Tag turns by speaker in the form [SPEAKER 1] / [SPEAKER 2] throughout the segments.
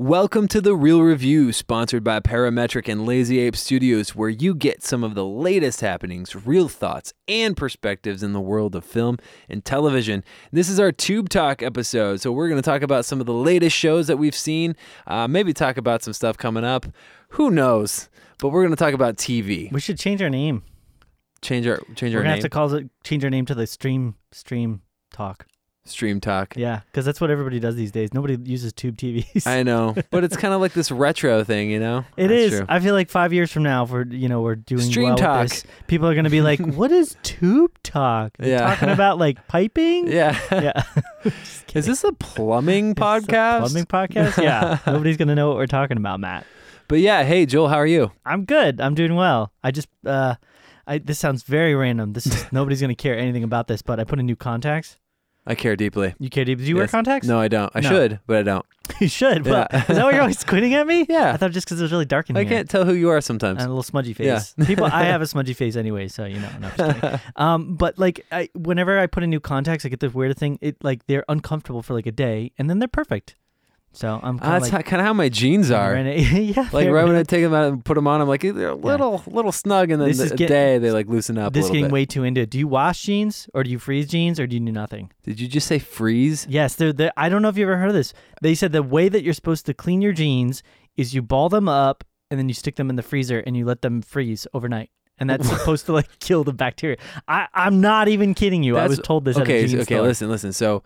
[SPEAKER 1] Welcome to The Real Review, sponsored by Parametric and Lazy Ape Studios, where you get some of the latest happenings, real thoughts, and perspectives in the world of film and television. This is our Tube Talk episode, so we're going to talk about some of the latest shows that we've seen, uh, maybe talk about some stuff coming up. Who knows? But we're going to talk about TV.
[SPEAKER 2] We should change our name.
[SPEAKER 1] Change our change
[SPEAKER 2] We're
[SPEAKER 1] our
[SPEAKER 2] gonna
[SPEAKER 1] name.
[SPEAKER 2] have to call it change our name to the stream stream talk.
[SPEAKER 1] Stream Talk.
[SPEAKER 2] Yeah, because that's what everybody does these days. Nobody uses tube TVs.
[SPEAKER 1] I know, but it's kind of like this retro thing, you know.
[SPEAKER 2] It
[SPEAKER 1] That's
[SPEAKER 2] is.
[SPEAKER 1] true.
[SPEAKER 2] I feel like five years from now, if we're you know we're doing
[SPEAKER 1] Stream
[SPEAKER 2] well with
[SPEAKER 1] talk.
[SPEAKER 2] this, people are gonna be like, "What is tube talk? You're
[SPEAKER 1] Yeah.
[SPEAKER 2] talking about like piping?
[SPEAKER 1] Yeah.
[SPEAKER 2] yeah.
[SPEAKER 1] Is this a plumbing
[SPEAKER 2] It's a
[SPEAKER 1] podcast?
[SPEAKER 2] plumbing podcast? Yeah. Nobody's gonna know what we're talking about, Matt.
[SPEAKER 1] But yeah, hey Joel, how are you?
[SPEAKER 2] I'm good. I'm doing well. I just uh, I this sounds very random. This is nobody's gonna care anything about this, but I put in new contacts.
[SPEAKER 1] I care deeply.
[SPEAKER 2] You care? Do you wear
[SPEAKER 1] Yes.
[SPEAKER 2] contacts?
[SPEAKER 1] No, I don't. I
[SPEAKER 2] No.
[SPEAKER 1] should, but I don't.
[SPEAKER 2] You should.
[SPEAKER 1] Yeah.
[SPEAKER 2] But is that why you're always squinting at me?
[SPEAKER 1] Yeah.
[SPEAKER 2] I thought just because it was really dark in
[SPEAKER 1] I
[SPEAKER 2] here.
[SPEAKER 1] can't tell who you are sometimes.
[SPEAKER 2] And a little smudgy
[SPEAKER 1] Yeah.
[SPEAKER 2] face. People, I have a smudgy face anyway, so you know. No, I'm just kidding. um, but like, I, whenever I put in new contacts, I get this weird thing. It like they're uncomfortable for like a day, and then they're perfect. So I'm
[SPEAKER 1] Ah,
[SPEAKER 2] kind
[SPEAKER 1] that's
[SPEAKER 2] of
[SPEAKER 1] how kind of how my jeans are.
[SPEAKER 2] yeah.
[SPEAKER 1] like
[SPEAKER 2] they're-
[SPEAKER 1] right when I take them out and put them on, I'm like they're a little little snug, and then
[SPEAKER 2] This
[SPEAKER 1] the
[SPEAKER 2] is getting-
[SPEAKER 1] day they like loosen up a
[SPEAKER 2] this is
[SPEAKER 1] little
[SPEAKER 2] getting
[SPEAKER 1] bit.
[SPEAKER 2] way too into. it. Do you wash jeans or do you freeze jeans or do you do nothing?
[SPEAKER 1] Did you just say freeze?
[SPEAKER 2] Yes, they're, they I don't know if you ever heard of this. They said the way that you're supposed to clean your jeans is you ball them up and then you stick them in the freezer and you let them freeze overnight. And that's supposed to like kill the bacteria. I, I'm not even kidding you. I
[SPEAKER 1] That's-
[SPEAKER 2] was told this at
[SPEAKER 1] okay,
[SPEAKER 2] a
[SPEAKER 1] so-
[SPEAKER 2] jeans
[SPEAKER 1] okay.
[SPEAKER 2] store.
[SPEAKER 1] Listen, listen. So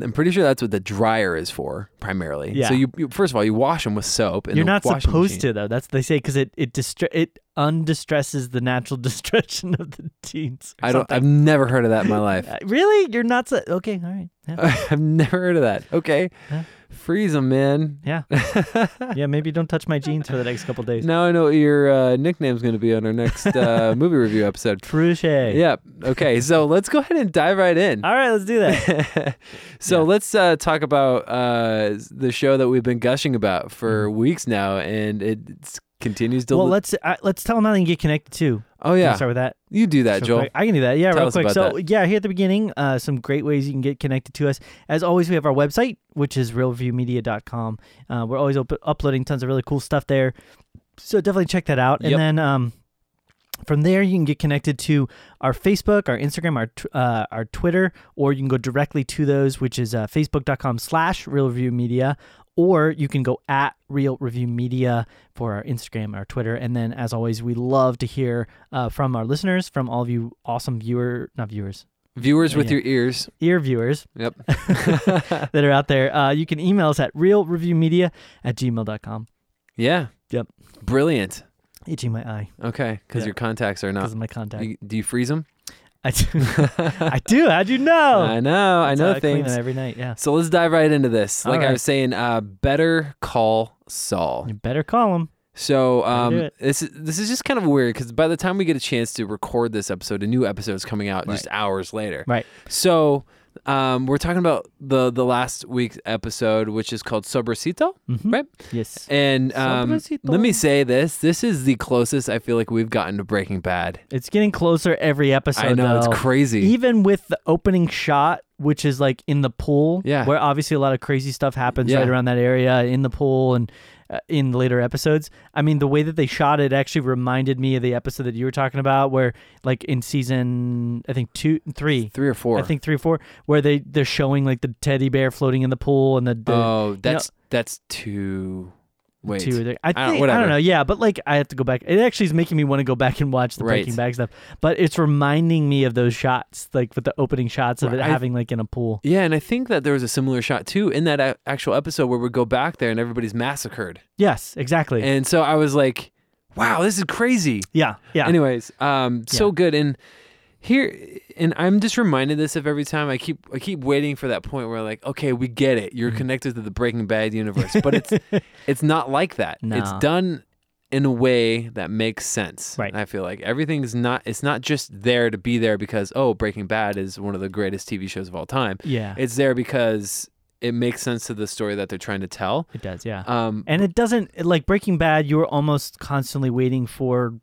[SPEAKER 1] I'm pretty sure that's what the dryer is for primarily.
[SPEAKER 2] Yeah.
[SPEAKER 1] So you, you first of all you wash them with soap. And
[SPEAKER 2] You're
[SPEAKER 1] the
[SPEAKER 2] not
[SPEAKER 1] washing
[SPEAKER 2] supposed
[SPEAKER 1] machine-
[SPEAKER 2] to though. That's what they say because it it distra- it undistresses the natural distress of the jeans. or
[SPEAKER 1] I don't. I've
[SPEAKER 2] something.
[SPEAKER 1] never heard of that in my life.
[SPEAKER 2] Uh, really, you're not. So- okay, all right. Yeah.
[SPEAKER 1] I've never heard of that. Okay,
[SPEAKER 2] Yeah.
[SPEAKER 1] freeze them, man.
[SPEAKER 2] yeah, yeah. Maybe don't touch my jeans for the next couple days.
[SPEAKER 1] Now I know what your uh, nickname's going to be on our next uh, movie review episode.
[SPEAKER 2] Truche.
[SPEAKER 1] Yep. Okay. So let's go ahead and dive right in.
[SPEAKER 2] All right, let's do that.
[SPEAKER 1] so
[SPEAKER 2] Yeah.
[SPEAKER 1] let's uh, talk about uh, the show that we've been gushing about for weeks now, and it it's- continues to.
[SPEAKER 2] Mm-hmm. well,
[SPEAKER 1] li-
[SPEAKER 2] let's uh, let's tell them how they can get connected too.
[SPEAKER 1] oh
[SPEAKER 2] Can we
[SPEAKER 1] yeah,
[SPEAKER 2] start with that.
[SPEAKER 1] you do that,
[SPEAKER 2] So
[SPEAKER 1] Joel.
[SPEAKER 2] quick- I can do that. Yeah,
[SPEAKER 1] Tell
[SPEAKER 2] real
[SPEAKER 1] us
[SPEAKER 2] quick.
[SPEAKER 1] about
[SPEAKER 2] So yeah, here at the beginning, uh, some great ways you can get connected to us. As always, we have our website, which is realreviewmedia.com. Uh, we're always op- uploading tons of really cool stuff there. So definitely check that out.
[SPEAKER 1] Yep.
[SPEAKER 2] And then um, from there, you can get connected to our Facebook, our Instagram, our tw- uh, our Twitter, or you can go directly to those, which is uh, facebook.com slash real review media. Or you can go at Real Review Media for our Instagram, our Twitter. And then, as always, we love to hear uh, from our listeners, from all of you awesome viewer, not viewers,
[SPEAKER 1] Viewers with
[SPEAKER 2] Yeah.
[SPEAKER 1] your ears.
[SPEAKER 2] ear viewers
[SPEAKER 1] Yep.
[SPEAKER 2] that are out there. Uh, you can email us at realreviewmedia at gmail.com.
[SPEAKER 1] yeah.
[SPEAKER 2] Yep.
[SPEAKER 1] Brilliant.
[SPEAKER 2] Itching my eye
[SPEAKER 1] Okay, because
[SPEAKER 2] Yeah.
[SPEAKER 1] your contacts are
[SPEAKER 2] because
[SPEAKER 1] not.
[SPEAKER 2] of my contact.
[SPEAKER 1] You, do you freeze them?
[SPEAKER 2] I do. I do. How'd you know?
[SPEAKER 1] I know. I
[SPEAKER 2] That's
[SPEAKER 1] know
[SPEAKER 2] how clean
[SPEAKER 1] things.
[SPEAKER 2] it every night. Yeah.
[SPEAKER 1] So let's dive right into this.
[SPEAKER 2] All
[SPEAKER 1] Like I
[SPEAKER 2] right.
[SPEAKER 1] was saying, uh, better call Saul.
[SPEAKER 2] You better call him.
[SPEAKER 1] So
[SPEAKER 2] do
[SPEAKER 1] um,
[SPEAKER 2] it.
[SPEAKER 1] this is this is just kind of weird because by the time we get a chance to record this episode, a new episode is coming out just hours later.
[SPEAKER 2] Right.
[SPEAKER 1] So um, we're talking about the the last week's episode, which is called Sobracito,
[SPEAKER 2] Mhm.
[SPEAKER 1] right?
[SPEAKER 2] Yes.
[SPEAKER 1] And um,
[SPEAKER 2] Sobracito.
[SPEAKER 1] let me say this: this is the closest I feel like we've gotten to Breaking Bad.
[SPEAKER 2] It's getting closer every episode.
[SPEAKER 1] I know
[SPEAKER 2] though.
[SPEAKER 1] it's crazy.
[SPEAKER 2] Even with the opening shot, which is like in the pool,
[SPEAKER 1] Yeah.
[SPEAKER 2] where obviously a lot of crazy stuff happens
[SPEAKER 1] Yeah.
[SPEAKER 2] right around that area in the pool and uh, in later episodes. I mean, the way that they shot it actually reminded me of the episode that you were talking about, where like in season, I think two, three,
[SPEAKER 1] Three or four.
[SPEAKER 2] I think three or four, where they they're showing like the teddy bear floating in the pool and the, the
[SPEAKER 1] oh, that's that's two. Wait.
[SPEAKER 2] two or three. I
[SPEAKER 1] Oh, don't-
[SPEAKER 2] think I
[SPEAKER 1] whatever.
[SPEAKER 2] don't know. Yeah, but like I have to go back. It actually is making me want to go back and watch the
[SPEAKER 1] Right.
[SPEAKER 2] Breaking Bad stuff. But it's reminding me of those shots, like with the opening shots of it
[SPEAKER 1] Right.
[SPEAKER 2] having like in a pool.
[SPEAKER 1] Yeah, and I think that there was a similar shot too in that a- actual episode where we go back there and everybody's massacred.
[SPEAKER 2] Yes, exactly.
[SPEAKER 1] And so I was like, wow, this is crazy.
[SPEAKER 2] yeah, yeah.
[SPEAKER 1] Anyways, um, so
[SPEAKER 2] Yeah.
[SPEAKER 1] good. And here, and I'm just reminded this of every time I keep, I keep waiting for that point where like, okay, we get it.
[SPEAKER 2] Mm-hmm.
[SPEAKER 1] You're connected to the Breaking Bad universe, but it's, it's not like that. It's
[SPEAKER 2] No.
[SPEAKER 1] done in a way that makes sense.
[SPEAKER 2] Right.
[SPEAKER 1] I feel like everything's not, it's not just there to be there because, oh, Breaking Bad is one of the greatest TV shows of all time.
[SPEAKER 2] yeah, it,
[SPEAKER 1] It's there because it makes sense to the story that they're trying to tell.
[SPEAKER 2] does. Yeah,
[SPEAKER 1] Um,
[SPEAKER 2] and it doesn't like Breaking Bad. You were almost constantly waiting for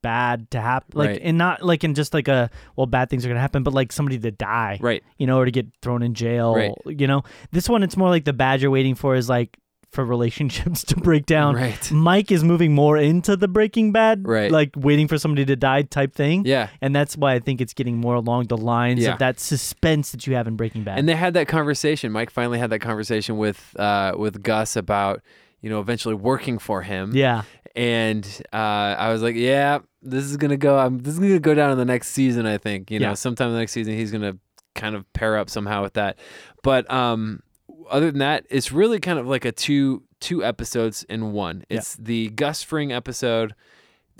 [SPEAKER 2] bad to happen, like
[SPEAKER 1] Right.
[SPEAKER 2] and not like in just like a well, bad things are gonna happen, but like somebody to die.
[SPEAKER 1] right.
[SPEAKER 2] you know, or to get thrown in jail.
[SPEAKER 1] Right.
[SPEAKER 2] You know, this one it's more like the badger waiting for is like for relationships to break down.
[SPEAKER 1] Right.
[SPEAKER 2] Mike is moving more into the Breaking Bad,
[SPEAKER 1] Right.
[SPEAKER 2] like waiting for somebody to die type thing.
[SPEAKER 1] Yeah.
[SPEAKER 2] And that's why I think it's getting more along the lines
[SPEAKER 1] Yeah.
[SPEAKER 2] of that suspense that you have in Breaking Bad.
[SPEAKER 1] And they had that conversation. Mike finally had that conversation with uh, with Gus about you know eventually working for him.
[SPEAKER 2] yeah.
[SPEAKER 1] And uh, I was like, yeah, this is gonna go. Um, this is gonna go down in the next season. I think you know
[SPEAKER 2] Yeah.
[SPEAKER 1] sometime in the next season he's gonna kind of pair up somehow with that. But um, other than that, it's really kind of like a two two episodes in one.
[SPEAKER 2] Yeah.
[SPEAKER 1] It's the Gus Fring episode.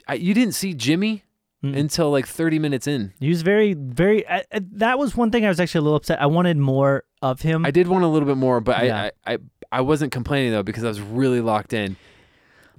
[SPEAKER 1] I, you didn't see Jimmy
[SPEAKER 2] Mm-mm.
[SPEAKER 1] until like thirty minutes in.
[SPEAKER 2] He was very, very. I, I- that was one thing I was actually a little upset. I wanted more of him.
[SPEAKER 1] I did want a little bit more, but
[SPEAKER 2] Yeah.
[SPEAKER 1] I, I, I I wasn't complaining though because I was really locked in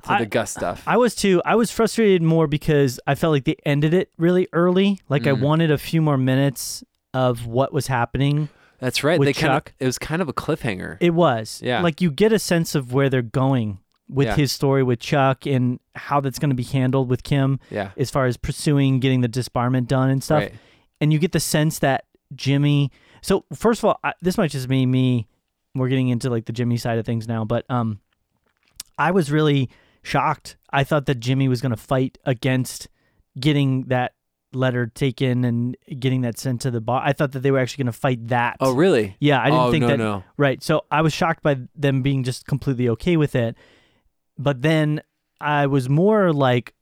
[SPEAKER 1] to
[SPEAKER 2] I-
[SPEAKER 1] the Gus stuff.
[SPEAKER 2] I was too. I was frustrated more because I felt like they ended it really early. Like I
[SPEAKER 1] Mm.
[SPEAKER 2] wanted a few more minutes of what was happening.
[SPEAKER 1] That's right.
[SPEAKER 2] with
[SPEAKER 1] They kind of
[SPEAKER 2] Chuck.
[SPEAKER 1] it was kind of a cliffhanger.
[SPEAKER 2] It was.
[SPEAKER 1] Yeah.
[SPEAKER 2] Like you get a sense of where they're going with
[SPEAKER 1] Yeah.
[SPEAKER 2] his story with Chuck and how that's going to be handled with Kim
[SPEAKER 1] yeah.
[SPEAKER 2] as far as pursuing getting the disbarment done and stuff.
[SPEAKER 1] Right.
[SPEAKER 2] And you get the sense that Jimmy. So first of all, I, this might just be me. We're getting into like the Jimmy side of things now, but um, I was really shocked. I thought that Jimmy was going to fight against getting that letter taken and getting that sent to the boss. I thought that they were actually going to fight that.
[SPEAKER 1] Oh really?
[SPEAKER 2] Yeah, I didn't
[SPEAKER 1] oh
[SPEAKER 2] think
[SPEAKER 1] no
[SPEAKER 2] that.
[SPEAKER 1] no.
[SPEAKER 2] Right. So I was shocked by them being just completely okay with it. But then I was more like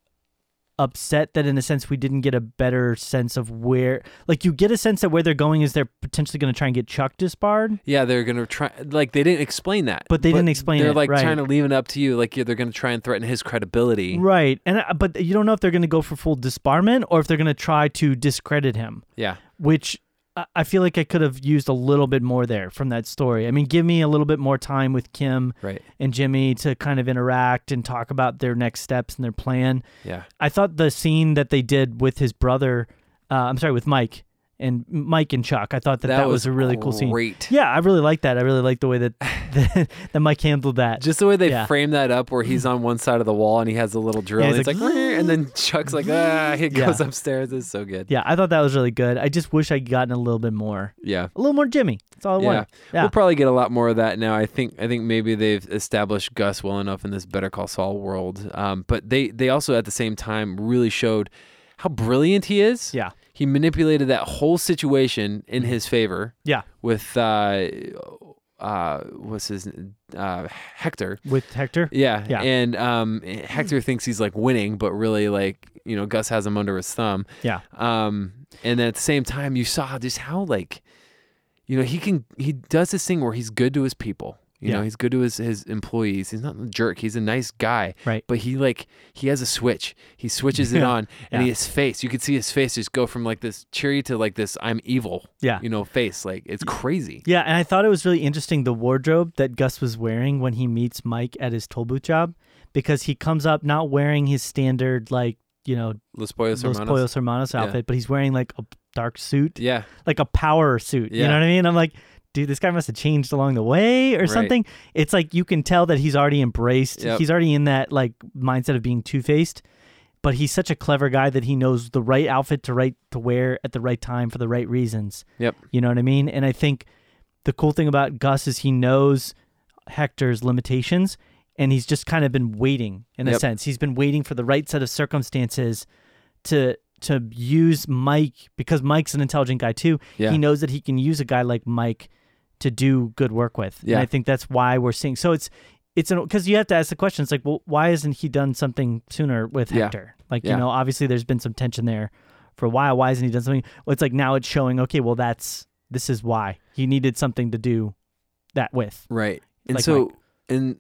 [SPEAKER 2] upset that in a sense we didn't get a better sense of where like you get a sense that where they're going is they're potentially going to try and get Chuck disbarred.
[SPEAKER 1] Yeah, they're gonna try. Like they didn't explain that.
[SPEAKER 2] But they didn't explain
[SPEAKER 1] They're
[SPEAKER 2] it,
[SPEAKER 1] like
[SPEAKER 2] right.
[SPEAKER 1] trying to leave it up to you. Like yeah, they're gonna try and threaten his credibility.
[SPEAKER 2] Right. And I- but you don't know if they're going to go for full disbarment or if they're going to try to discredit him,
[SPEAKER 1] Yeah.
[SPEAKER 2] which I- I feel like I could have used a little bit more there from that story. I mean, give me a little bit more time with Kim
[SPEAKER 1] Right.
[SPEAKER 2] and Jimmy to kind of interact and talk about their next steps and their plan.
[SPEAKER 1] Yeah.
[SPEAKER 2] I thought the scene that they did with his brother, uh, I'm sorry, with Mike and Mike and Chuck, I thought that that, was, a really cool scene.
[SPEAKER 1] Great.
[SPEAKER 2] Yeah, I really liked that. I really liked the way that that, that Mike handled that.
[SPEAKER 1] Just the way they
[SPEAKER 2] Yeah.
[SPEAKER 1] frame that up, where he's on one side of the wall and he has a little drill,
[SPEAKER 2] Yeah,
[SPEAKER 1] and
[SPEAKER 2] he's
[SPEAKER 1] it's like,
[SPEAKER 2] like,
[SPEAKER 1] "Rrr," and then Chuck's like, ah, he
[SPEAKER 2] Yeah.
[SPEAKER 1] goes upstairs. It's so good.
[SPEAKER 2] yeah, I thought that was really good. I just wish I'd gotten a little bit more,
[SPEAKER 1] Yeah.
[SPEAKER 2] a little more Jimmy. That's all I wanted. Yeah.
[SPEAKER 1] We'll probably get a lot more of that now. I think I think maybe they've established Gus well enough in this Better Call Saul world. Um, but they they also at the same time really showed how brilliant he is.
[SPEAKER 2] Yeah. Mm-hmm.
[SPEAKER 1] He manipulated that whole situation in his favor
[SPEAKER 2] Yeah,
[SPEAKER 1] with uh uh what's his uh Hector.
[SPEAKER 2] with Hector.
[SPEAKER 1] Yeah.
[SPEAKER 2] Yeah.
[SPEAKER 1] And um Hector thinks he's like winning, but really like, you know, Gus has him under his thumb.
[SPEAKER 2] Yeah.
[SPEAKER 1] Um, and then at the same time, you saw just how like, you know, he can he does this thing where he's good to his people. You
[SPEAKER 2] Yeah.
[SPEAKER 1] know, he's good to his his employees. He's not a jerk. He's a nice guy.
[SPEAKER 2] Right.
[SPEAKER 1] But he like he has a switch. He switches it
[SPEAKER 2] Yeah.
[SPEAKER 1] on, and
[SPEAKER 2] Yeah.
[SPEAKER 1] his face. You could see his face just go from like this cheery to like this I'm evil.
[SPEAKER 2] Yeah.
[SPEAKER 1] You know, face like it's crazy.
[SPEAKER 2] Yeah, and I thought it was really interesting the wardrobe that Gus was wearing when he meets Mike at his toll booth job because he comes up not wearing his standard like, you know,
[SPEAKER 1] Los Pollos
[SPEAKER 2] Los
[SPEAKER 1] Hermanos.
[SPEAKER 2] Pollos Hermanos
[SPEAKER 1] Yeah.
[SPEAKER 2] outfit, but he's wearing like a dark suit,
[SPEAKER 1] Yeah.
[SPEAKER 2] like a power suit. You
[SPEAKER 1] Yeah.
[SPEAKER 2] know what I mean? I'm like, dude, this guy must have changed along the way or
[SPEAKER 1] Right.
[SPEAKER 2] something. It's like you can tell that he's already embraced.
[SPEAKER 1] Yep.
[SPEAKER 2] He's already in that like mindset of being two-faced. But he's such a clever guy that he knows the right outfit to right to wear at the right time for the right reasons.
[SPEAKER 1] Yep.
[SPEAKER 2] You know what I mean? And I think the cool thing about Gus is he knows Hector's limitations and he's just kind of been waiting in a
[SPEAKER 1] Yep.
[SPEAKER 2] sense. He's been waiting for the right set of circumstances to to use Mike because Mike's an intelligent guy too.
[SPEAKER 1] Yeah.
[SPEAKER 2] He knows that he can use a guy like Mike to do good work with.
[SPEAKER 1] Yeah.
[SPEAKER 2] And I think that's why we're seeing so it's it's an because you have to ask the question. It's like, well, why hasn't he done something sooner with
[SPEAKER 1] Yeah.
[SPEAKER 2] Hector? Like,
[SPEAKER 1] Yeah.
[SPEAKER 2] you know, obviously there's been some tension there for a while. Why hasn't he done something? Well, it's like now it's showing, okay, well that's this is why. He needed something to do that with.
[SPEAKER 1] Right. And
[SPEAKER 2] Like
[SPEAKER 1] so, and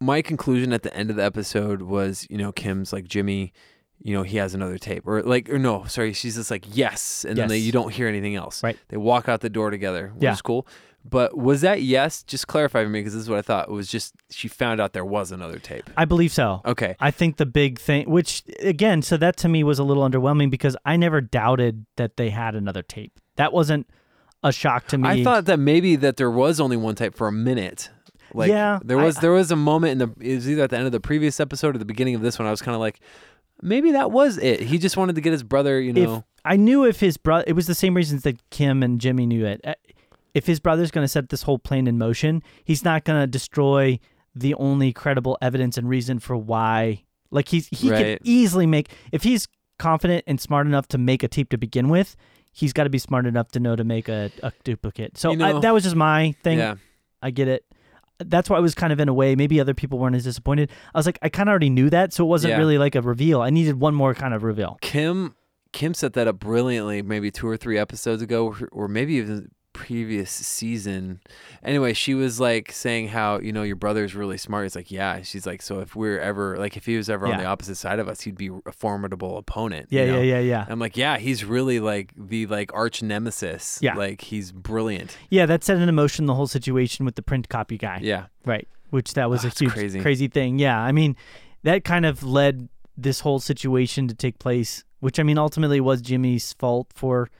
[SPEAKER 1] my conclusion at the end of the episode was, you know, Kim's like Jimmy, you know, he has another tape, or like, or no, sorry, she's just like yes, and then they,
[SPEAKER 2] Yes.
[SPEAKER 1] you don't hear anything else.
[SPEAKER 2] Right.
[SPEAKER 1] They walk out the door together, which
[SPEAKER 2] Yeah.
[SPEAKER 1] is cool. But was that yes? Just clarify for me because this is what I thought. It was just she found out there was another tape.
[SPEAKER 2] I believe so.
[SPEAKER 1] Okay.
[SPEAKER 2] I think the big thing, which again, so that to me was a little underwhelming because I never doubted that they had another tape. That wasn't a shock to me.
[SPEAKER 1] I thought that maybe that there was only one tape for a minute. Like
[SPEAKER 2] Yeah,
[SPEAKER 1] there
[SPEAKER 2] I-
[SPEAKER 1] was there was a moment in the it was either at the end of the previous episode or the beginning of this one. I was kind of like, maybe that was it. He just wanted to get his brother, you
[SPEAKER 2] if
[SPEAKER 1] know.
[SPEAKER 2] I knew if his brother, it was the same reasons that Kim and Jimmy knew it. Uh, If his brother's going to set this whole plane in motion, he's not going to destroy the only credible evidence and reason for why. Like he's he
[SPEAKER 1] Right.
[SPEAKER 2] could easily make if he's confident and smart enough to make a tape to begin with. He's got to be smart enough to know to make a, a duplicate. So
[SPEAKER 1] You know-
[SPEAKER 2] I, that was just my thing.
[SPEAKER 1] Yeah.
[SPEAKER 2] I get it. That's why I was kind of in a way. Maybe other people weren't as disappointed. I was like, I kind of already knew that, so it wasn't
[SPEAKER 1] Yeah.
[SPEAKER 2] really like a reveal. I needed one more kind of reveal.
[SPEAKER 1] Kim Kim set that up brilliantly maybe two or three episodes ago or- or maybe even previous season. Anyway, she was like saying how, you know, your brother's really smart. It's like, yeah. She's like, so if we're ever like if he was ever on
[SPEAKER 2] Yeah.
[SPEAKER 1] the opposite side of us, he'd be a formidable opponent.
[SPEAKER 2] Yeah,
[SPEAKER 1] you know?
[SPEAKER 2] yeah, yeah, yeah.
[SPEAKER 1] I'm like, yeah, he's really like the like arch nemesis.
[SPEAKER 2] Yeah.
[SPEAKER 1] Like he's brilliant.
[SPEAKER 2] Yeah, that set in emotion the whole situation with the print copy guy.
[SPEAKER 1] Yeah.
[SPEAKER 2] Right. Which that was
[SPEAKER 1] Oh,
[SPEAKER 2] a
[SPEAKER 1] it's
[SPEAKER 2] huge
[SPEAKER 1] crazy.
[SPEAKER 2] crazy. thing. Yeah. I mean, that kind of led this whole situation to take place, which I mean ultimately was Jimmy's fault for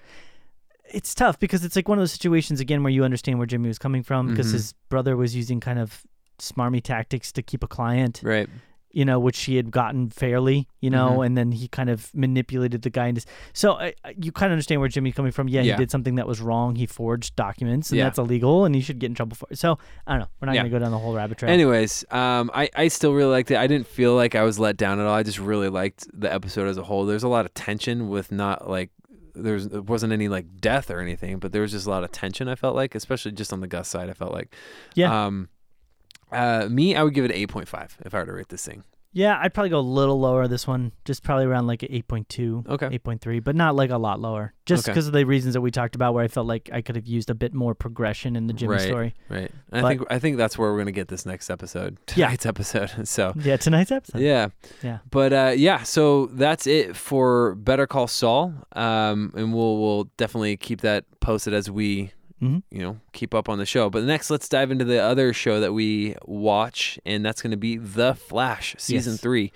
[SPEAKER 2] it's tough because it's like one of those situations again where you understand where Jimmy was coming from because
[SPEAKER 1] Mhm.
[SPEAKER 2] his brother was using kind of smarmy tactics to keep a client.
[SPEAKER 1] Right.
[SPEAKER 2] you know, which he had gotten fairly, you know,
[SPEAKER 1] Mhm.
[SPEAKER 2] and then he kind of manipulated the guy. Into, so I, I- you kind of understand where Jimmy's coming from. Yeah,
[SPEAKER 1] Yeah.
[SPEAKER 2] he did something that was wrong. He forged documents, and
[SPEAKER 1] Yeah.
[SPEAKER 2] that's illegal, and he should get in trouble for it. So I don't know. We're not
[SPEAKER 1] Yeah.
[SPEAKER 2] going to go down the whole rabbit trail.
[SPEAKER 1] Anyways, um, I, I still really liked it. I didn't feel like I was let down at all. I just really liked the episode as a whole. There's a lot of tension with not like there's there wasn't any like death or anything, but there was just a lot of tension. I felt like, especially just on the Gus side, I felt like.
[SPEAKER 2] Yeah.
[SPEAKER 1] Um, uh, me, I would give it eight point five if I were to rate this thing.
[SPEAKER 2] yeah, I'd probably go a little lower this one, just probably around like an 8.2,
[SPEAKER 1] Okay.
[SPEAKER 2] 8.3, but not like a lot lower, just
[SPEAKER 1] Okay.
[SPEAKER 2] because of the reasons that we talked about where I felt like I could have used a bit more progression in the Jimmy
[SPEAKER 1] Right.
[SPEAKER 2] story.
[SPEAKER 1] Right. And I
[SPEAKER 2] But-
[SPEAKER 1] think I think that's where we're gonna get this next episode.
[SPEAKER 2] Yeah.
[SPEAKER 1] Tonight's episode. So
[SPEAKER 2] Yeah, tonight's episode.
[SPEAKER 1] yeah.
[SPEAKER 2] Yeah.
[SPEAKER 1] But uh, yeah, so that's it for Better Call Saul, um, and we'll we'll definitely keep that posted as we
[SPEAKER 2] Mhm.
[SPEAKER 1] you know keep up on the show. But next, let's dive into the other show that we watch, and that's going to be The Flash season
[SPEAKER 2] Yes.
[SPEAKER 1] three,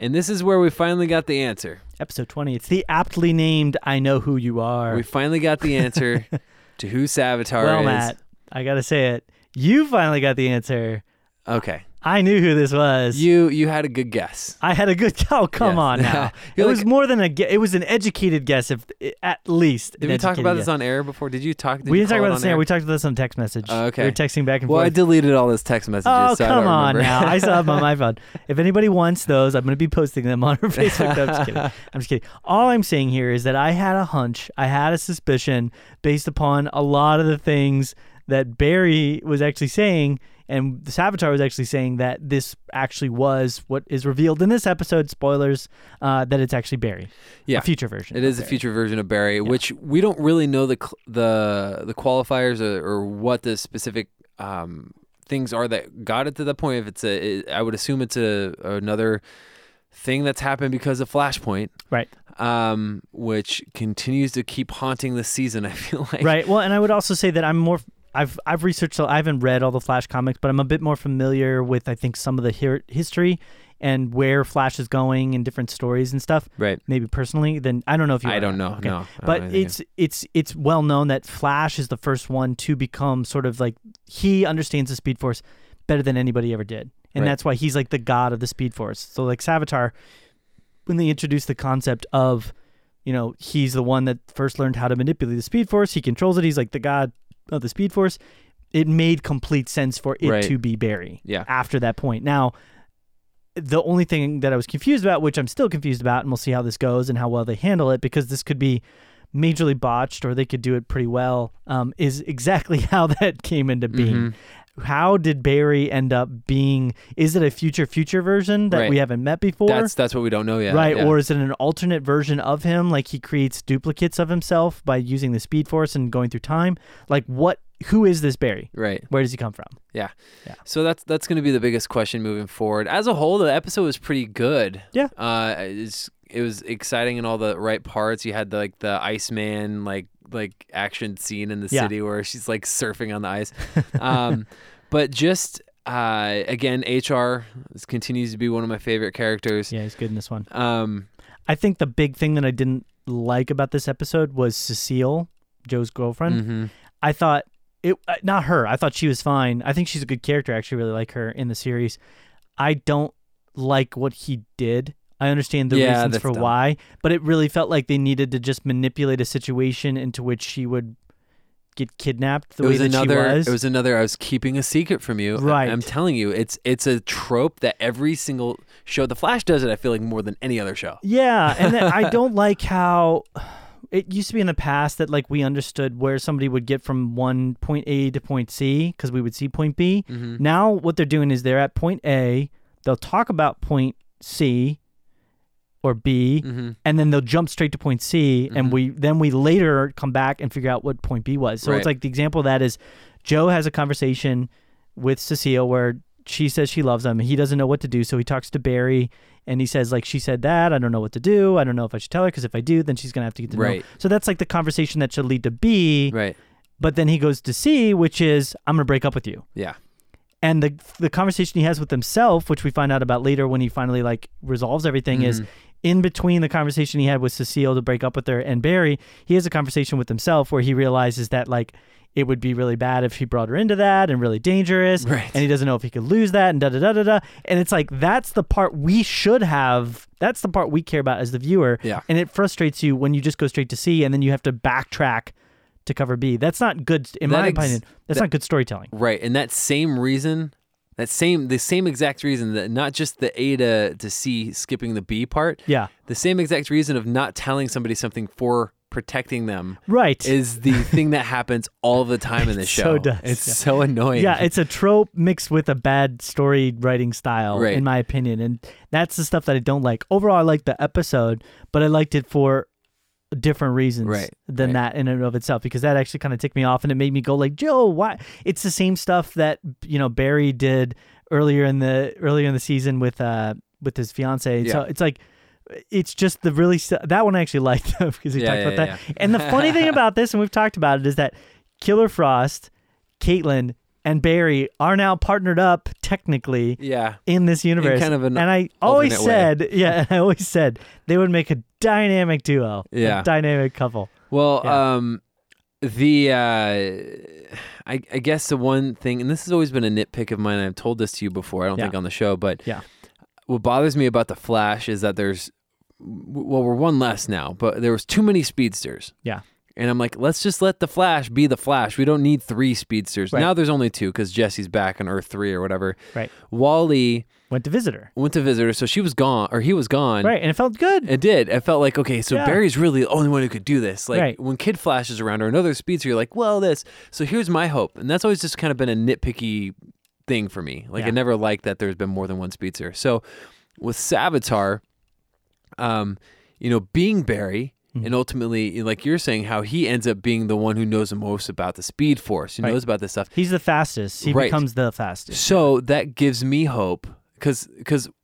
[SPEAKER 1] and this is where we finally got the answer.
[SPEAKER 2] Episode 20. It's the aptly named I Know Who You Are.
[SPEAKER 1] We finally got the answer to who Savitar
[SPEAKER 2] well,
[SPEAKER 1] is.
[SPEAKER 2] Matt, I gotta say it. You finally got the answer.
[SPEAKER 1] Okay,
[SPEAKER 2] I knew who this was.
[SPEAKER 1] you you had a good guess.
[SPEAKER 2] I had a good. Oh, come
[SPEAKER 1] Yes.
[SPEAKER 2] on now. it
[SPEAKER 1] You're
[SPEAKER 2] was
[SPEAKER 1] like-
[SPEAKER 2] more than a. gue- It was an educated guess, if at least.
[SPEAKER 1] Did
[SPEAKER 2] an
[SPEAKER 1] we talk
[SPEAKER 2] educated
[SPEAKER 1] about
[SPEAKER 2] guess.
[SPEAKER 1] this on air before? Did you talk? Did
[SPEAKER 2] we
[SPEAKER 1] you
[SPEAKER 2] didn't talk
[SPEAKER 1] call it
[SPEAKER 2] about
[SPEAKER 1] on
[SPEAKER 2] this on air.
[SPEAKER 1] air?
[SPEAKER 2] We talked about this on text message.
[SPEAKER 1] Oh, okay.
[SPEAKER 2] We were texting back and
[SPEAKER 1] well, I
[SPEAKER 2] forth.
[SPEAKER 1] deleted all those text messages.
[SPEAKER 2] Oh,
[SPEAKER 1] so I don't
[SPEAKER 2] come on
[SPEAKER 1] remember.
[SPEAKER 2] now. I saw them on my phone. If anybody wants those, I'm going to be posting them on our Facebook. No, I'm just kidding. I'm just kidding. All I'm saying here is that I had a hunch, I had a suspicion based upon a lot of the things that Barry was actually saying and Savitar was actually saying that this actually was what is revealed in this episode, spoilers, uh, that it's actually Barry.
[SPEAKER 1] Yeah.
[SPEAKER 2] A future version.
[SPEAKER 1] It
[SPEAKER 2] of
[SPEAKER 1] is a
[SPEAKER 2] Barry.
[SPEAKER 1] future version of Barry, which we don't really know the cl- the the qualifiers or, or what the specific um, things are that got it to that point. If it's a, it, I would assume it's a another thing that's happened because of Flashpoint,
[SPEAKER 2] Right.
[SPEAKER 1] um, which continues to keep haunting this season. I feel like
[SPEAKER 2] right. Well, and I would also say that I'm more. I've I've researched. I haven't read all the Flash comics, but I'm a bit more familiar with I think some of the hi- history and where Flash is going and different stories and stuff.
[SPEAKER 1] right.
[SPEAKER 2] Maybe personally, then I don't know if you.
[SPEAKER 1] I
[SPEAKER 2] are.
[SPEAKER 1] don't know.
[SPEAKER 2] Okay.
[SPEAKER 1] No, I don't know
[SPEAKER 2] But
[SPEAKER 1] anything.
[SPEAKER 2] it's it's it's well known that Flash is the first one to become sort of like he understands the Speed Force better than anybody ever did, and
[SPEAKER 1] Right.
[SPEAKER 2] that's why he's like the god of the Speed Force. So like Savitar, when they introduced the concept of, you know, he's the one that first learned how to manipulate the Speed Force. He controls it. He's like the god of the Speed Force. It made complete sense for it
[SPEAKER 1] Right.
[SPEAKER 2] to be Barry
[SPEAKER 1] yeah.
[SPEAKER 2] after that point. Now, the only thing that I was confused about, which I'm still confused about, and we'll see how this goes and how well they handle it, because this could be majorly botched or they could do it pretty well, um, is exactly how that came into being. How did Barry end up being? Is it a future future version that
[SPEAKER 1] Right.
[SPEAKER 2] we haven't met before?
[SPEAKER 1] Mm-hmm. That's that's what we don't know yet.
[SPEAKER 2] right,
[SPEAKER 1] yeah.
[SPEAKER 2] or is it an alternate version of him? Like he creates duplicates of himself by using the Speed Force and going through time. Like what? Who is this Barry?
[SPEAKER 1] right.
[SPEAKER 2] Where does he come from?
[SPEAKER 1] So that's that's going to be the biggest question moving forward. As a whole, the episode was pretty good.
[SPEAKER 2] Yeah.
[SPEAKER 1] uh, it's, it was exciting in all the right parts. You had the, like the Iceman like like action scene in the
[SPEAKER 2] Yeah.
[SPEAKER 1] city where she's like surfing on the ice. Um, but just uh, again, HR this continues to be one of my favorite characters.
[SPEAKER 2] Yeah, he's good in this one.
[SPEAKER 1] Um,
[SPEAKER 2] I think the big thing that I didn't like about this episode was Cecile, Joe's girlfriend.
[SPEAKER 1] mhm.
[SPEAKER 2] I thought it uh, not her. I thought she was fine. I think she's a good character. I actually really like her in the series. I don't like what he did. I understand the
[SPEAKER 1] Yeah,
[SPEAKER 2] reasons
[SPEAKER 1] that's
[SPEAKER 2] for
[SPEAKER 1] dumb.
[SPEAKER 2] why, but it really felt like they needed to just manipulate a situation into which she would get kidnapped the
[SPEAKER 1] it
[SPEAKER 2] way
[SPEAKER 1] was
[SPEAKER 2] that
[SPEAKER 1] another.
[SPEAKER 2] she was.
[SPEAKER 1] It was another. I was keeping a secret from you. I-
[SPEAKER 2] Right.
[SPEAKER 1] I'm telling you, it's it's a trope that every single show, The Flash does it. I feel like more than any other show.
[SPEAKER 2] Yeah, and then I don't like how it used to be in the past that like we understood where somebody would get from one point A to point C because we would see point B.
[SPEAKER 1] Mm-hmm.
[SPEAKER 2] Now what they're doing is they're at point A, they'll talk about point C or B,
[SPEAKER 1] Mm-hmm.
[SPEAKER 2] and then they'll jump straight to point C, and we then we later come back and figure out what point B was. So
[SPEAKER 1] Right.
[SPEAKER 2] it's like the example of that is Joe has a conversation with Cecile where she says she loves him. He doesn't know what to do, so he talks to Barry and he says like she said that I don't know what to do. I don't know if I should tell her because if I do, then she's gonna have to get to know.
[SPEAKER 1] Right.
[SPEAKER 2] So that's like the conversation that should lead to B,
[SPEAKER 1] Right.
[SPEAKER 2] but then he goes to C, which is I'm gonna break up with you
[SPEAKER 1] Yeah.
[SPEAKER 2] and the the conversation he has with himself, which we find out about later when he finally like resolves everything, is
[SPEAKER 1] Mm-hmm.
[SPEAKER 2] in between the conversation he had with Cecile to break up with her and Barry, he has a conversation with himself where he realizes that like it would be really bad if he brought her into that and really dangerous,
[SPEAKER 1] Right.
[SPEAKER 2] and he doesn't know if he could lose that and da da da da da. And it's like that's the part we should have. That's the part we care about as the viewer.
[SPEAKER 1] Yeah.
[SPEAKER 2] And it frustrates you when you just go straight to C and then you have to backtrack to cover B. That's not good, in
[SPEAKER 1] That
[SPEAKER 2] my
[SPEAKER 1] ex-
[SPEAKER 2] opinion. That's
[SPEAKER 1] that-
[SPEAKER 2] not good storytelling.
[SPEAKER 1] Right. And that same reason, that same the same exact reason that not just the A to to C skipping the B part.
[SPEAKER 2] Yeah.
[SPEAKER 1] The same exact reason of not telling somebody something for protecting them
[SPEAKER 2] Right.
[SPEAKER 1] is the thing that happens all the time in this
[SPEAKER 2] so
[SPEAKER 1] show.
[SPEAKER 2] does,
[SPEAKER 1] It's
[SPEAKER 2] yeah.
[SPEAKER 1] so annoying.
[SPEAKER 2] Yeah, it's a trope mixed with a bad story writing style,
[SPEAKER 1] Right.
[SPEAKER 2] in my opinion. And that's the stuff that I don't like. Overall, I liked the episode, but I liked it for different reasons
[SPEAKER 1] Right,
[SPEAKER 2] than that in and of itself because that actually kind of ticked me off and it made me go like joe why it's the same stuff that you know barry did earlier in the earlier in the season with uh with his fiance so
[SPEAKER 1] Yeah.
[SPEAKER 2] it's like it's just the really stu- that one i actually liked though, because we
[SPEAKER 1] Yeah,
[SPEAKER 2] talked
[SPEAKER 1] yeah,
[SPEAKER 2] about that and the funny thing about this and we've talked about it is that killer frost Caitlyn and Barry are now partnered up technically
[SPEAKER 1] yeah.
[SPEAKER 2] in this universe.
[SPEAKER 1] kind of an
[SPEAKER 2] and I always
[SPEAKER 1] alternate
[SPEAKER 2] said, yeah, and I always said they would make a dynamic duo, a
[SPEAKER 1] Yeah.
[SPEAKER 2] dynamic couple.
[SPEAKER 1] Well,
[SPEAKER 2] Yeah.
[SPEAKER 1] um, the uh, I, I guess the one thing, and this has always been a nitpick of mine. I've told this to you before. I don't
[SPEAKER 2] Yeah.
[SPEAKER 1] think on the show, but
[SPEAKER 2] Yeah.
[SPEAKER 1] what bothers me about the Flash is that there's well, we're one less now, but there was too many speedsters.
[SPEAKER 2] Yeah.
[SPEAKER 1] And I'm like, let's just let the Flash be the Flash. We don't need three speedsters.
[SPEAKER 2] Right.
[SPEAKER 1] Now there's only two because Jesse's back on Earth 3 or whatever.
[SPEAKER 2] Right.
[SPEAKER 1] Wally
[SPEAKER 2] Went to visit her,
[SPEAKER 1] went to visit her, so she was gone, or he was gone.
[SPEAKER 2] right? And it felt good.
[SPEAKER 1] It did. I felt like okay, so
[SPEAKER 2] Yeah.
[SPEAKER 1] Barry's really the only one who could do this. Like
[SPEAKER 2] Right.
[SPEAKER 1] when Kid Flash is around or another speedster, you're like, well, this. So here's my hope, and that's always just kind of been a nitpicky thing for me. Like I
[SPEAKER 2] Yeah.
[SPEAKER 1] never liked that there's been more than one speedster. So with Savitar, um, you know, being Barry.
[SPEAKER 2] Mm-hmm.
[SPEAKER 1] And ultimately, like you're saying, how he ends up being the one who knows the most about the Speed Force, who
[SPEAKER 2] Right.
[SPEAKER 1] knows about this stuff.
[SPEAKER 2] He's the fastest. He
[SPEAKER 1] Right.
[SPEAKER 2] becomes the fastest.
[SPEAKER 1] So that gives me hope, because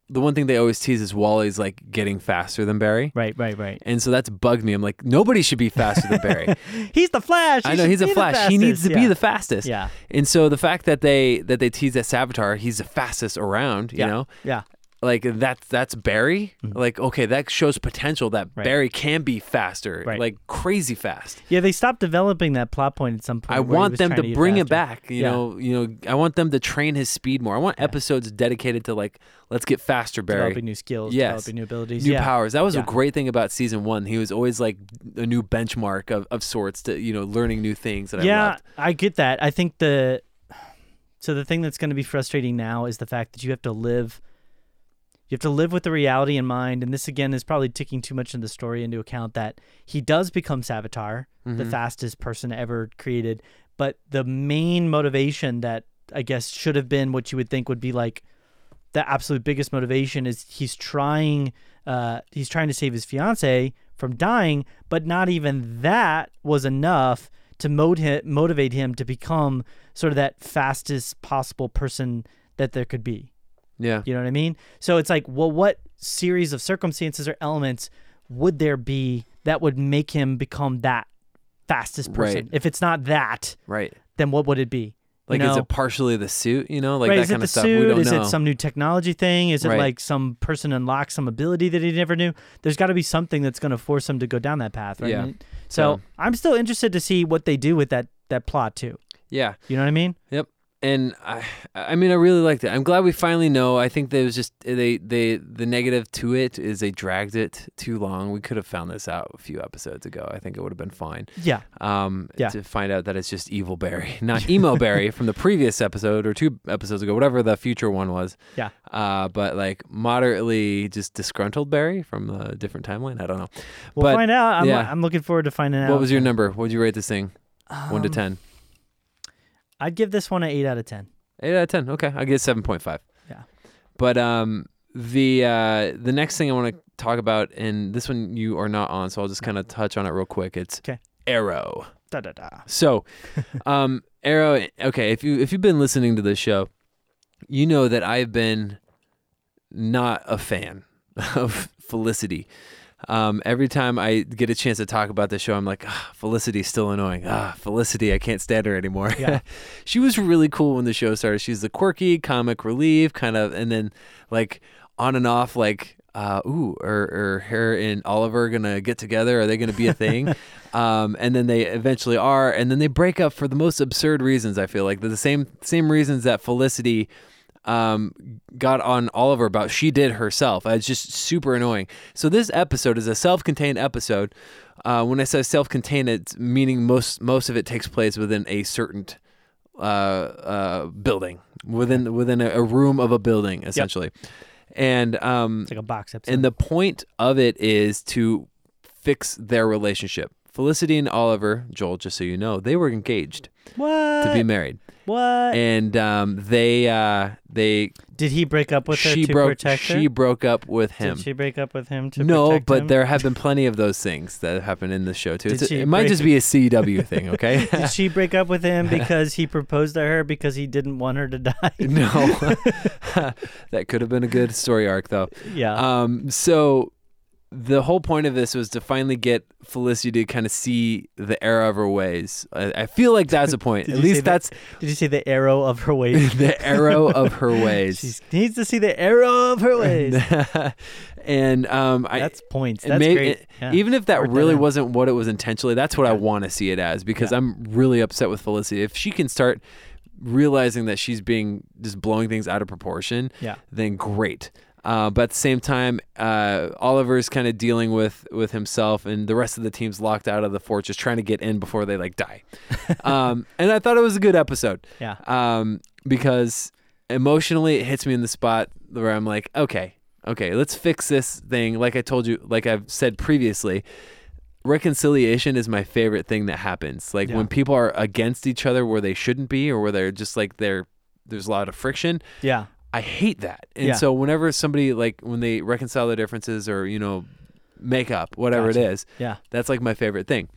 [SPEAKER 1] the one thing they always tease is Wally's like getting faster than Barry.
[SPEAKER 2] Right, right, right.
[SPEAKER 1] And so that's bugged me. I'm like, nobody should be faster than Barry.
[SPEAKER 2] He's the Flash. He
[SPEAKER 1] I know
[SPEAKER 2] should
[SPEAKER 1] he's a
[SPEAKER 2] be the
[SPEAKER 1] flash. He needs to
[SPEAKER 2] fastest.
[SPEAKER 1] be
[SPEAKER 2] Yeah.
[SPEAKER 1] the fastest.
[SPEAKER 2] Yeah.
[SPEAKER 1] And so the fact that they that they tease that Savitar, he's the fastest around, you
[SPEAKER 2] Yeah.
[SPEAKER 1] know?
[SPEAKER 2] yeah.
[SPEAKER 1] Like that's that's Barry. Like, okay, that shows potential that
[SPEAKER 2] Right.
[SPEAKER 1] Barry can be faster.
[SPEAKER 2] Right.
[SPEAKER 1] Like crazy fast.
[SPEAKER 2] Yeah, they stopped developing that plot point at some point.
[SPEAKER 1] I
[SPEAKER 2] where he
[SPEAKER 1] want
[SPEAKER 2] was
[SPEAKER 1] them
[SPEAKER 2] trying
[SPEAKER 1] to
[SPEAKER 2] get
[SPEAKER 1] bring it
[SPEAKER 2] faster.
[SPEAKER 1] back. You
[SPEAKER 2] Yeah.
[SPEAKER 1] know, you know, I want them to train his speed more. I want episodes dedicated to like, let's get faster, Barry.
[SPEAKER 2] Developing new skills,
[SPEAKER 1] Yes.
[SPEAKER 2] developing new abilities,
[SPEAKER 1] new
[SPEAKER 2] yeah.
[SPEAKER 1] powers. That was a
[SPEAKER 2] Yeah.
[SPEAKER 1] great thing about season one. He was always like a new benchmark of, of sorts to you know learning new things that I
[SPEAKER 2] yeah,
[SPEAKER 1] loved.
[SPEAKER 2] I, get that. I think the so the thing that's going to be frustrating now is the fact that you have to live you have to live with the reality in mind and this again is probably taking too much of the story into account that he does become Savitar,
[SPEAKER 1] Mm-hmm.
[SPEAKER 2] the fastest person ever created, but the main motivation that I guess should have been what you would think would be like the absolute biggest motivation is he's trying uh, he's trying to save his fiance from dying, but not even that was enough to moti- motivate him to become sort of that fastest possible person that there could be.
[SPEAKER 1] Yeah.
[SPEAKER 2] You know what I mean? So it's like, well, what series of circumstances or elements would there be that would make him become that fastest person?
[SPEAKER 1] Right.
[SPEAKER 2] If it's not that,
[SPEAKER 1] Right.
[SPEAKER 2] then what would it be?
[SPEAKER 1] Like
[SPEAKER 2] you know?
[SPEAKER 1] is it partially the suit, you know, like
[SPEAKER 2] right,
[SPEAKER 1] that
[SPEAKER 2] is
[SPEAKER 1] kind
[SPEAKER 2] it the
[SPEAKER 1] of stuff.
[SPEAKER 2] suit?
[SPEAKER 1] We don't
[SPEAKER 2] is
[SPEAKER 1] know.
[SPEAKER 2] it some new technology thing? Is it
[SPEAKER 1] Right.
[SPEAKER 2] like some person unlocks some ability that he never knew? There's got to be something that's going to force him to go down that path, right?
[SPEAKER 1] Yeah.
[SPEAKER 2] I mean, So
[SPEAKER 1] So-
[SPEAKER 2] I'm still interested to see what they do with that that plot too.
[SPEAKER 1] yeah.
[SPEAKER 2] You know what I mean?
[SPEAKER 1] Yep. and I, I mean, I really liked it. I'm glad we finally know. I think there was just they, they, the negative to it is they dragged it too long. We could have found this out a few episodes ago. I think it would have been fine.
[SPEAKER 2] Yeah.
[SPEAKER 1] Um,
[SPEAKER 2] Yeah.
[SPEAKER 1] to find out that it's just Evil Barry, not Emo Barry from the previous episode or two episodes ago, whatever the future one was.
[SPEAKER 2] Yeah.
[SPEAKER 1] Uh, but like moderately just disgruntled Barry from a different timeline. I don't know.
[SPEAKER 2] We'll
[SPEAKER 1] but
[SPEAKER 2] find out. I'm,
[SPEAKER 1] yeah.
[SPEAKER 2] I'm looking forward to finding out.
[SPEAKER 1] what was your number? What would you rate this thing? one to
[SPEAKER 2] Um,
[SPEAKER 1] ten.
[SPEAKER 2] I'd give this one an eight out of ten.
[SPEAKER 1] Eight out of ten. Okay, I'll get seven point five.
[SPEAKER 2] Yeah.
[SPEAKER 1] But um, the uh, the next thing I want to talk about, and this one you are not on, so I'll just kind of touch on it real quick. It's
[SPEAKER 2] 'Kay.
[SPEAKER 1] Arrow.
[SPEAKER 2] Da da da.
[SPEAKER 1] So, um, Arrow. Okay, if you if you've been listening to this show, you know that I've been not a fan of Felicity. Um, every time I get a chance to talk about the show, I'm like, ah, Felicity's still annoying. Ah, Felicity, I can't stand her anymore.
[SPEAKER 2] Yeah.
[SPEAKER 1] she was really cool when the show started. She's the quirky comic relief kind of, and then like on and off, like, uh, ooh, or, or her and Oliver gonna get together? Are they gonna be a thing? um, and then they eventually are, and then they break up for the most absurd reasons. I feel like They're the same same reasons that Felicity um, got on Oliver about she did herself. It's just super annoying. So this episode is a self-contained episode. Uh, when I say self-contained, it's meaning most most of it takes place within a certain uh, uh, building, within within a, a room of a building, essentially. And um,
[SPEAKER 2] It's like a box episode.
[SPEAKER 1] and the point of it is to fix their relationship. Felicity and Oliver, Joel, just so you know, they were engaged
[SPEAKER 2] what?
[SPEAKER 1] to be married,
[SPEAKER 2] what?
[SPEAKER 1] and um, they uh, they
[SPEAKER 2] Did he break up with her
[SPEAKER 1] she
[SPEAKER 2] to
[SPEAKER 1] broke
[SPEAKER 2] protect her?
[SPEAKER 1] she broke up with him.
[SPEAKER 2] Did she break up with him to
[SPEAKER 1] no,
[SPEAKER 2] protect
[SPEAKER 1] but
[SPEAKER 2] him?
[SPEAKER 1] there have been plenty of those things that have happened in the show too.
[SPEAKER 2] Did
[SPEAKER 1] It's-
[SPEAKER 2] she
[SPEAKER 1] it might
[SPEAKER 2] break-
[SPEAKER 1] just be a CW thing, okay?
[SPEAKER 2] Did she break up with him because he proposed to her because he didn't want her to die?
[SPEAKER 1] no, that could have been a good story arc though.
[SPEAKER 2] yeah.
[SPEAKER 1] Um, so the whole point of this was to finally get Felicity to kind of see the error of her ways. I, I feel like that's a point.
[SPEAKER 2] Did
[SPEAKER 1] At
[SPEAKER 2] you say
[SPEAKER 1] least
[SPEAKER 2] the-
[SPEAKER 1] that's
[SPEAKER 2] Did you see the arrow of her ways?
[SPEAKER 1] the arrow of her ways.
[SPEAKER 2] she needs to see the arrow of her ways.
[SPEAKER 1] and um, I,
[SPEAKER 2] That's points.
[SPEAKER 1] it
[SPEAKER 2] That's
[SPEAKER 1] may-
[SPEAKER 2] great.
[SPEAKER 1] it-
[SPEAKER 2] Yeah.
[SPEAKER 1] Even if that
[SPEAKER 2] Work that
[SPEAKER 1] really
[SPEAKER 2] in.
[SPEAKER 1] wasn't what it was intentionally, that's what I
[SPEAKER 2] Yeah.
[SPEAKER 1] want to see it as because
[SPEAKER 2] Yeah.
[SPEAKER 1] I'm really upset with Felicity. If she can start realizing that she's being just blowing things out of proportion,
[SPEAKER 2] Yeah.
[SPEAKER 1] then great. Uh, but at the same time, uh, Oliver's kind of dealing with with himself, and the rest of the team's locked out of the fort, just trying to get in before they like die. um, and I thought it was a good episode
[SPEAKER 2] yeah.
[SPEAKER 1] um, because emotionally it hits me in the spot where I'm like, okay, okay, let's fix this thing. Like I told you, like I've said previously, reconciliation is my favorite thing that happens. Like
[SPEAKER 2] Yeah.
[SPEAKER 1] when people are against each other where they shouldn't be, or where they're just like they're there's a lot of friction.
[SPEAKER 2] Yeah.
[SPEAKER 1] I hate that. And
[SPEAKER 2] Yeah.
[SPEAKER 1] so whenever somebody like when they reconcile their differences or you know make up whatever it
[SPEAKER 2] Gotcha.
[SPEAKER 1] is,
[SPEAKER 2] Yeah.
[SPEAKER 1] that's like my favorite thing.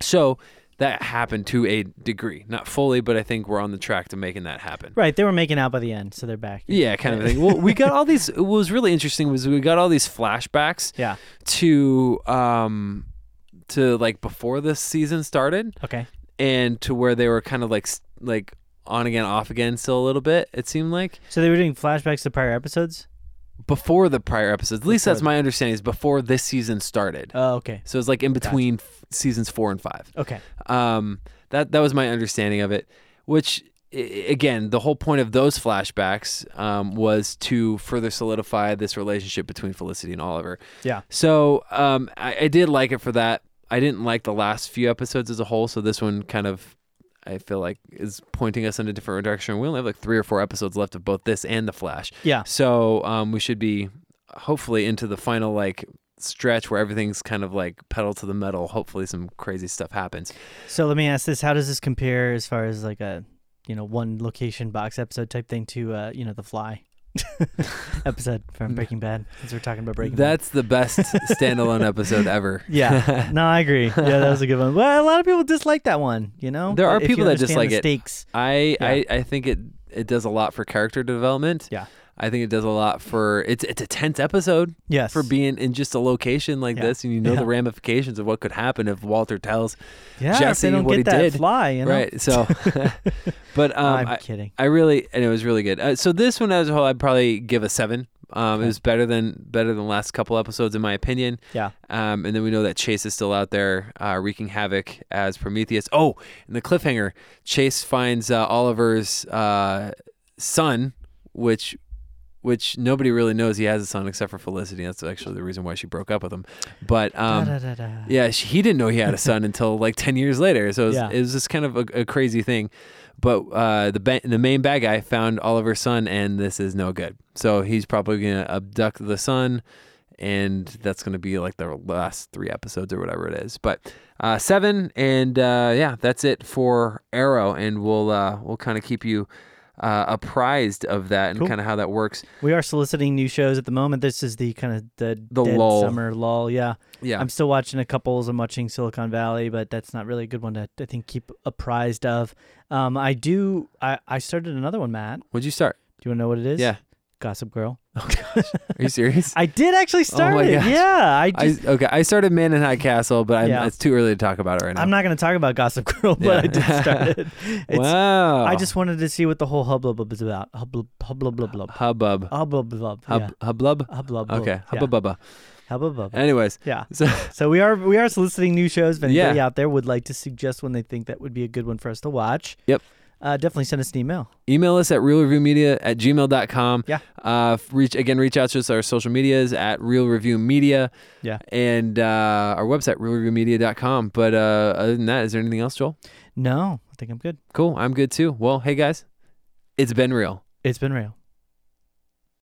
[SPEAKER 1] So that happened to a degree, not fully, but I think we're on the track to making that happen.
[SPEAKER 2] Right. They were making out by the end, so they're back.
[SPEAKER 1] Yeah, kind of thing. Well, we got all these. What was really interesting was we got all these flashbacks
[SPEAKER 2] Yeah.
[SPEAKER 1] to um to like before this season started
[SPEAKER 2] Okay.
[SPEAKER 1] and to where they were kind of like s- like on again off again still a little bit it seemed like
[SPEAKER 2] So they were doing flashbacks to prior episodes.
[SPEAKER 1] before the prior episodes at least that's
[SPEAKER 2] Before-
[SPEAKER 1] my understanding is before this season started
[SPEAKER 2] Oh, okay.
[SPEAKER 1] so it's like in between f- seasons 4 and 5
[SPEAKER 2] Okay.
[SPEAKER 1] Um, that that was my understanding of it. Which i- again, the whole point of those flashbacks um, was to further solidify this relationship between Felicity and Oliver.
[SPEAKER 2] Yeah.
[SPEAKER 1] So um, I, I did like it for that. I didn't like the last few episodes as a whole, so this one kind of. I feel like is pointing us in a different direction. We only have like three or four episodes left of both this and the Flash,
[SPEAKER 2] Yeah.
[SPEAKER 1] so um, we should be hopefully into the final like stretch where everything's kind of like pedal to the metal. Hopefully, some crazy stuff happens.
[SPEAKER 2] So let me ask this: How does this compare as far as like a you know one location box episode type thing to uh, you know the Fly episode from Breaking Bad? Since we're talking about Breaking Bad.
[SPEAKER 1] That's the best standalone episode ever.
[SPEAKER 2] Yeah. No, I agree. Yeah, that was a good one. Well, a lot of people dislike that one. You know,
[SPEAKER 1] There are
[SPEAKER 2] If you
[SPEAKER 1] people that
[SPEAKER 2] understand
[SPEAKER 1] dislike
[SPEAKER 2] the
[SPEAKER 1] it.
[SPEAKER 2] Stakes.
[SPEAKER 1] I, I I think it it does a lot for character development.
[SPEAKER 2] Yeah.
[SPEAKER 1] I think it does a lot for it's it's a tense episode
[SPEAKER 2] Yes.
[SPEAKER 1] for being in just a location like
[SPEAKER 2] Yeah.
[SPEAKER 1] this and you know
[SPEAKER 2] Yeah.
[SPEAKER 1] the ramifications of what could happen if Walter tells
[SPEAKER 2] yeah, if
[SPEAKER 1] Jesse
[SPEAKER 2] they don't
[SPEAKER 1] what
[SPEAKER 2] get
[SPEAKER 1] he
[SPEAKER 2] that
[SPEAKER 1] did.
[SPEAKER 2] fly. You know?
[SPEAKER 1] right so but
[SPEAKER 2] No,
[SPEAKER 1] um
[SPEAKER 2] I'm
[SPEAKER 1] I,
[SPEAKER 2] kidding.
[SPEAKER 1] I really and it was really good uh, so this one as a whole I'd probably give a seven Um, It was better than better than last couple episodes, in my opinion.
[SPEAKER 2] Yeah.
[SPEAKER 1] Um, and then we know that Chase is still out there uh, wreaking havoc as Prometheus. Oh, in the cliffhanger, Chase finds uh, Oliver's uh, son, which which nobody really knows he has a son except for Felicity. That's actually the reason why she broke up with him. But um,
[SPEAKER 2] da, da, da, da.
[SPEAKER 1] yeah, she, he didn't know he had a son until like ten years later. So it was,
[SPEAKER 2] Yeah.
[SPEAKER 1] it was just kind of a, a crazy thing. But uh, the ba- the main bad guy found Oliver's son, and this is no good. So he's probably gonna abduct the son, and that's gonna be like the last three episodes or whatever it is. But uh, seven, and uh, yeah, that's it for Arrow, and we'll uh, we'll kind of keep you. Uh, apprised of that and
[SPEAKER 2] Cool.
[SPEAKER 1] kind of how that works.
[SPEAKER 2] We are soliciting new shows at the moment. This is the kind of the,
[SPEAKER 1] The
[SPEAKER 2] dead
[SPEAKER 1] lull.
[SPEAKER 2] summer lull. Yeah.
[SPEAKER 1] Yeah,
[SPEAKER 2] I'm still watching a couples. I'm watching Silicon Valley, but that's not really a good one to I think keep apprised of. Um, I do. I I started another one, Matt. Do
[SPEAKER 1] would you start?
[SPEAKER 2] you want to know what it is?
[SPEAKER 1] Yeah,
[SPEAKER 2] Gossip Girl.
[SPEAKER 1] are you serious?
[SPEAKER 2] I did actually start it.
[SPEAKER 1] Oh gosh.
[SPEAKER 2] Yeah, I just.
[SPEAKER 1] I, okay, I started Man in High Castle, but I'm,
[SPEAKER 2] Yeah.
[SPEAKER 1] it's too early to talk about it right now.
[SPEAKER 2] I, am not going to talk about Gossip Girl, but I did
[SPEAKER 1] Yeah.
[SPEAKER 2] start it. It's,
[SPEAKER 1] wow.
[SPEAKER 2] I just wanted to see what the whole hubbub is about. Hubbub, hubbub, hubbub,
[SPEAKER 1] hubbub.
[SPEAKER 2] hubbub, hubbub.
[SPEAKER 1] Hub,
[SPEAKER 2] yeah.
[SPEAKER 1] Hublub?
[SPEAKER 2] Hubbub.
[SPEAKER 1] Okay.
[SPEAKER 2] Yeah.
[SPEAKER 1] Hubbub.
[SPEAKER 2] Hubbub.
[SPEAKER 1] Anyways,
[SPEAKER 2] Yeah.
[SPEAKER 1] so
[SPEAKER 2] So we are we are soliciting new shows. If anybody
[SPEAKER 1] Yeah.
[SPEAKER 2] out there would like to suggest one they think that would be a good one for us to watch,
[SPEAKER 1] Yep.
[SPEAKER 2] uh, definitely send us an email.
[SPEAKER 1] email us at realreviewmedia at gmail.com.
[SPEAKER 2] Yeah.
[SPEAKER 1] Uh, f- reach Again, reach out to us our social medias at Real Review Media.
[SPEAKER 2] Yeah.
[SPEAKER 1] And uh, our website, realreviewmedia.com. But uh, other than that, is there anything else, Joel?
[SPEAKER 2] No, I think I'm good.
[SPEAKER 1] Cool. I'm good too. Well, hey guys, it's been real.
[SPEAKER 2] It's been real.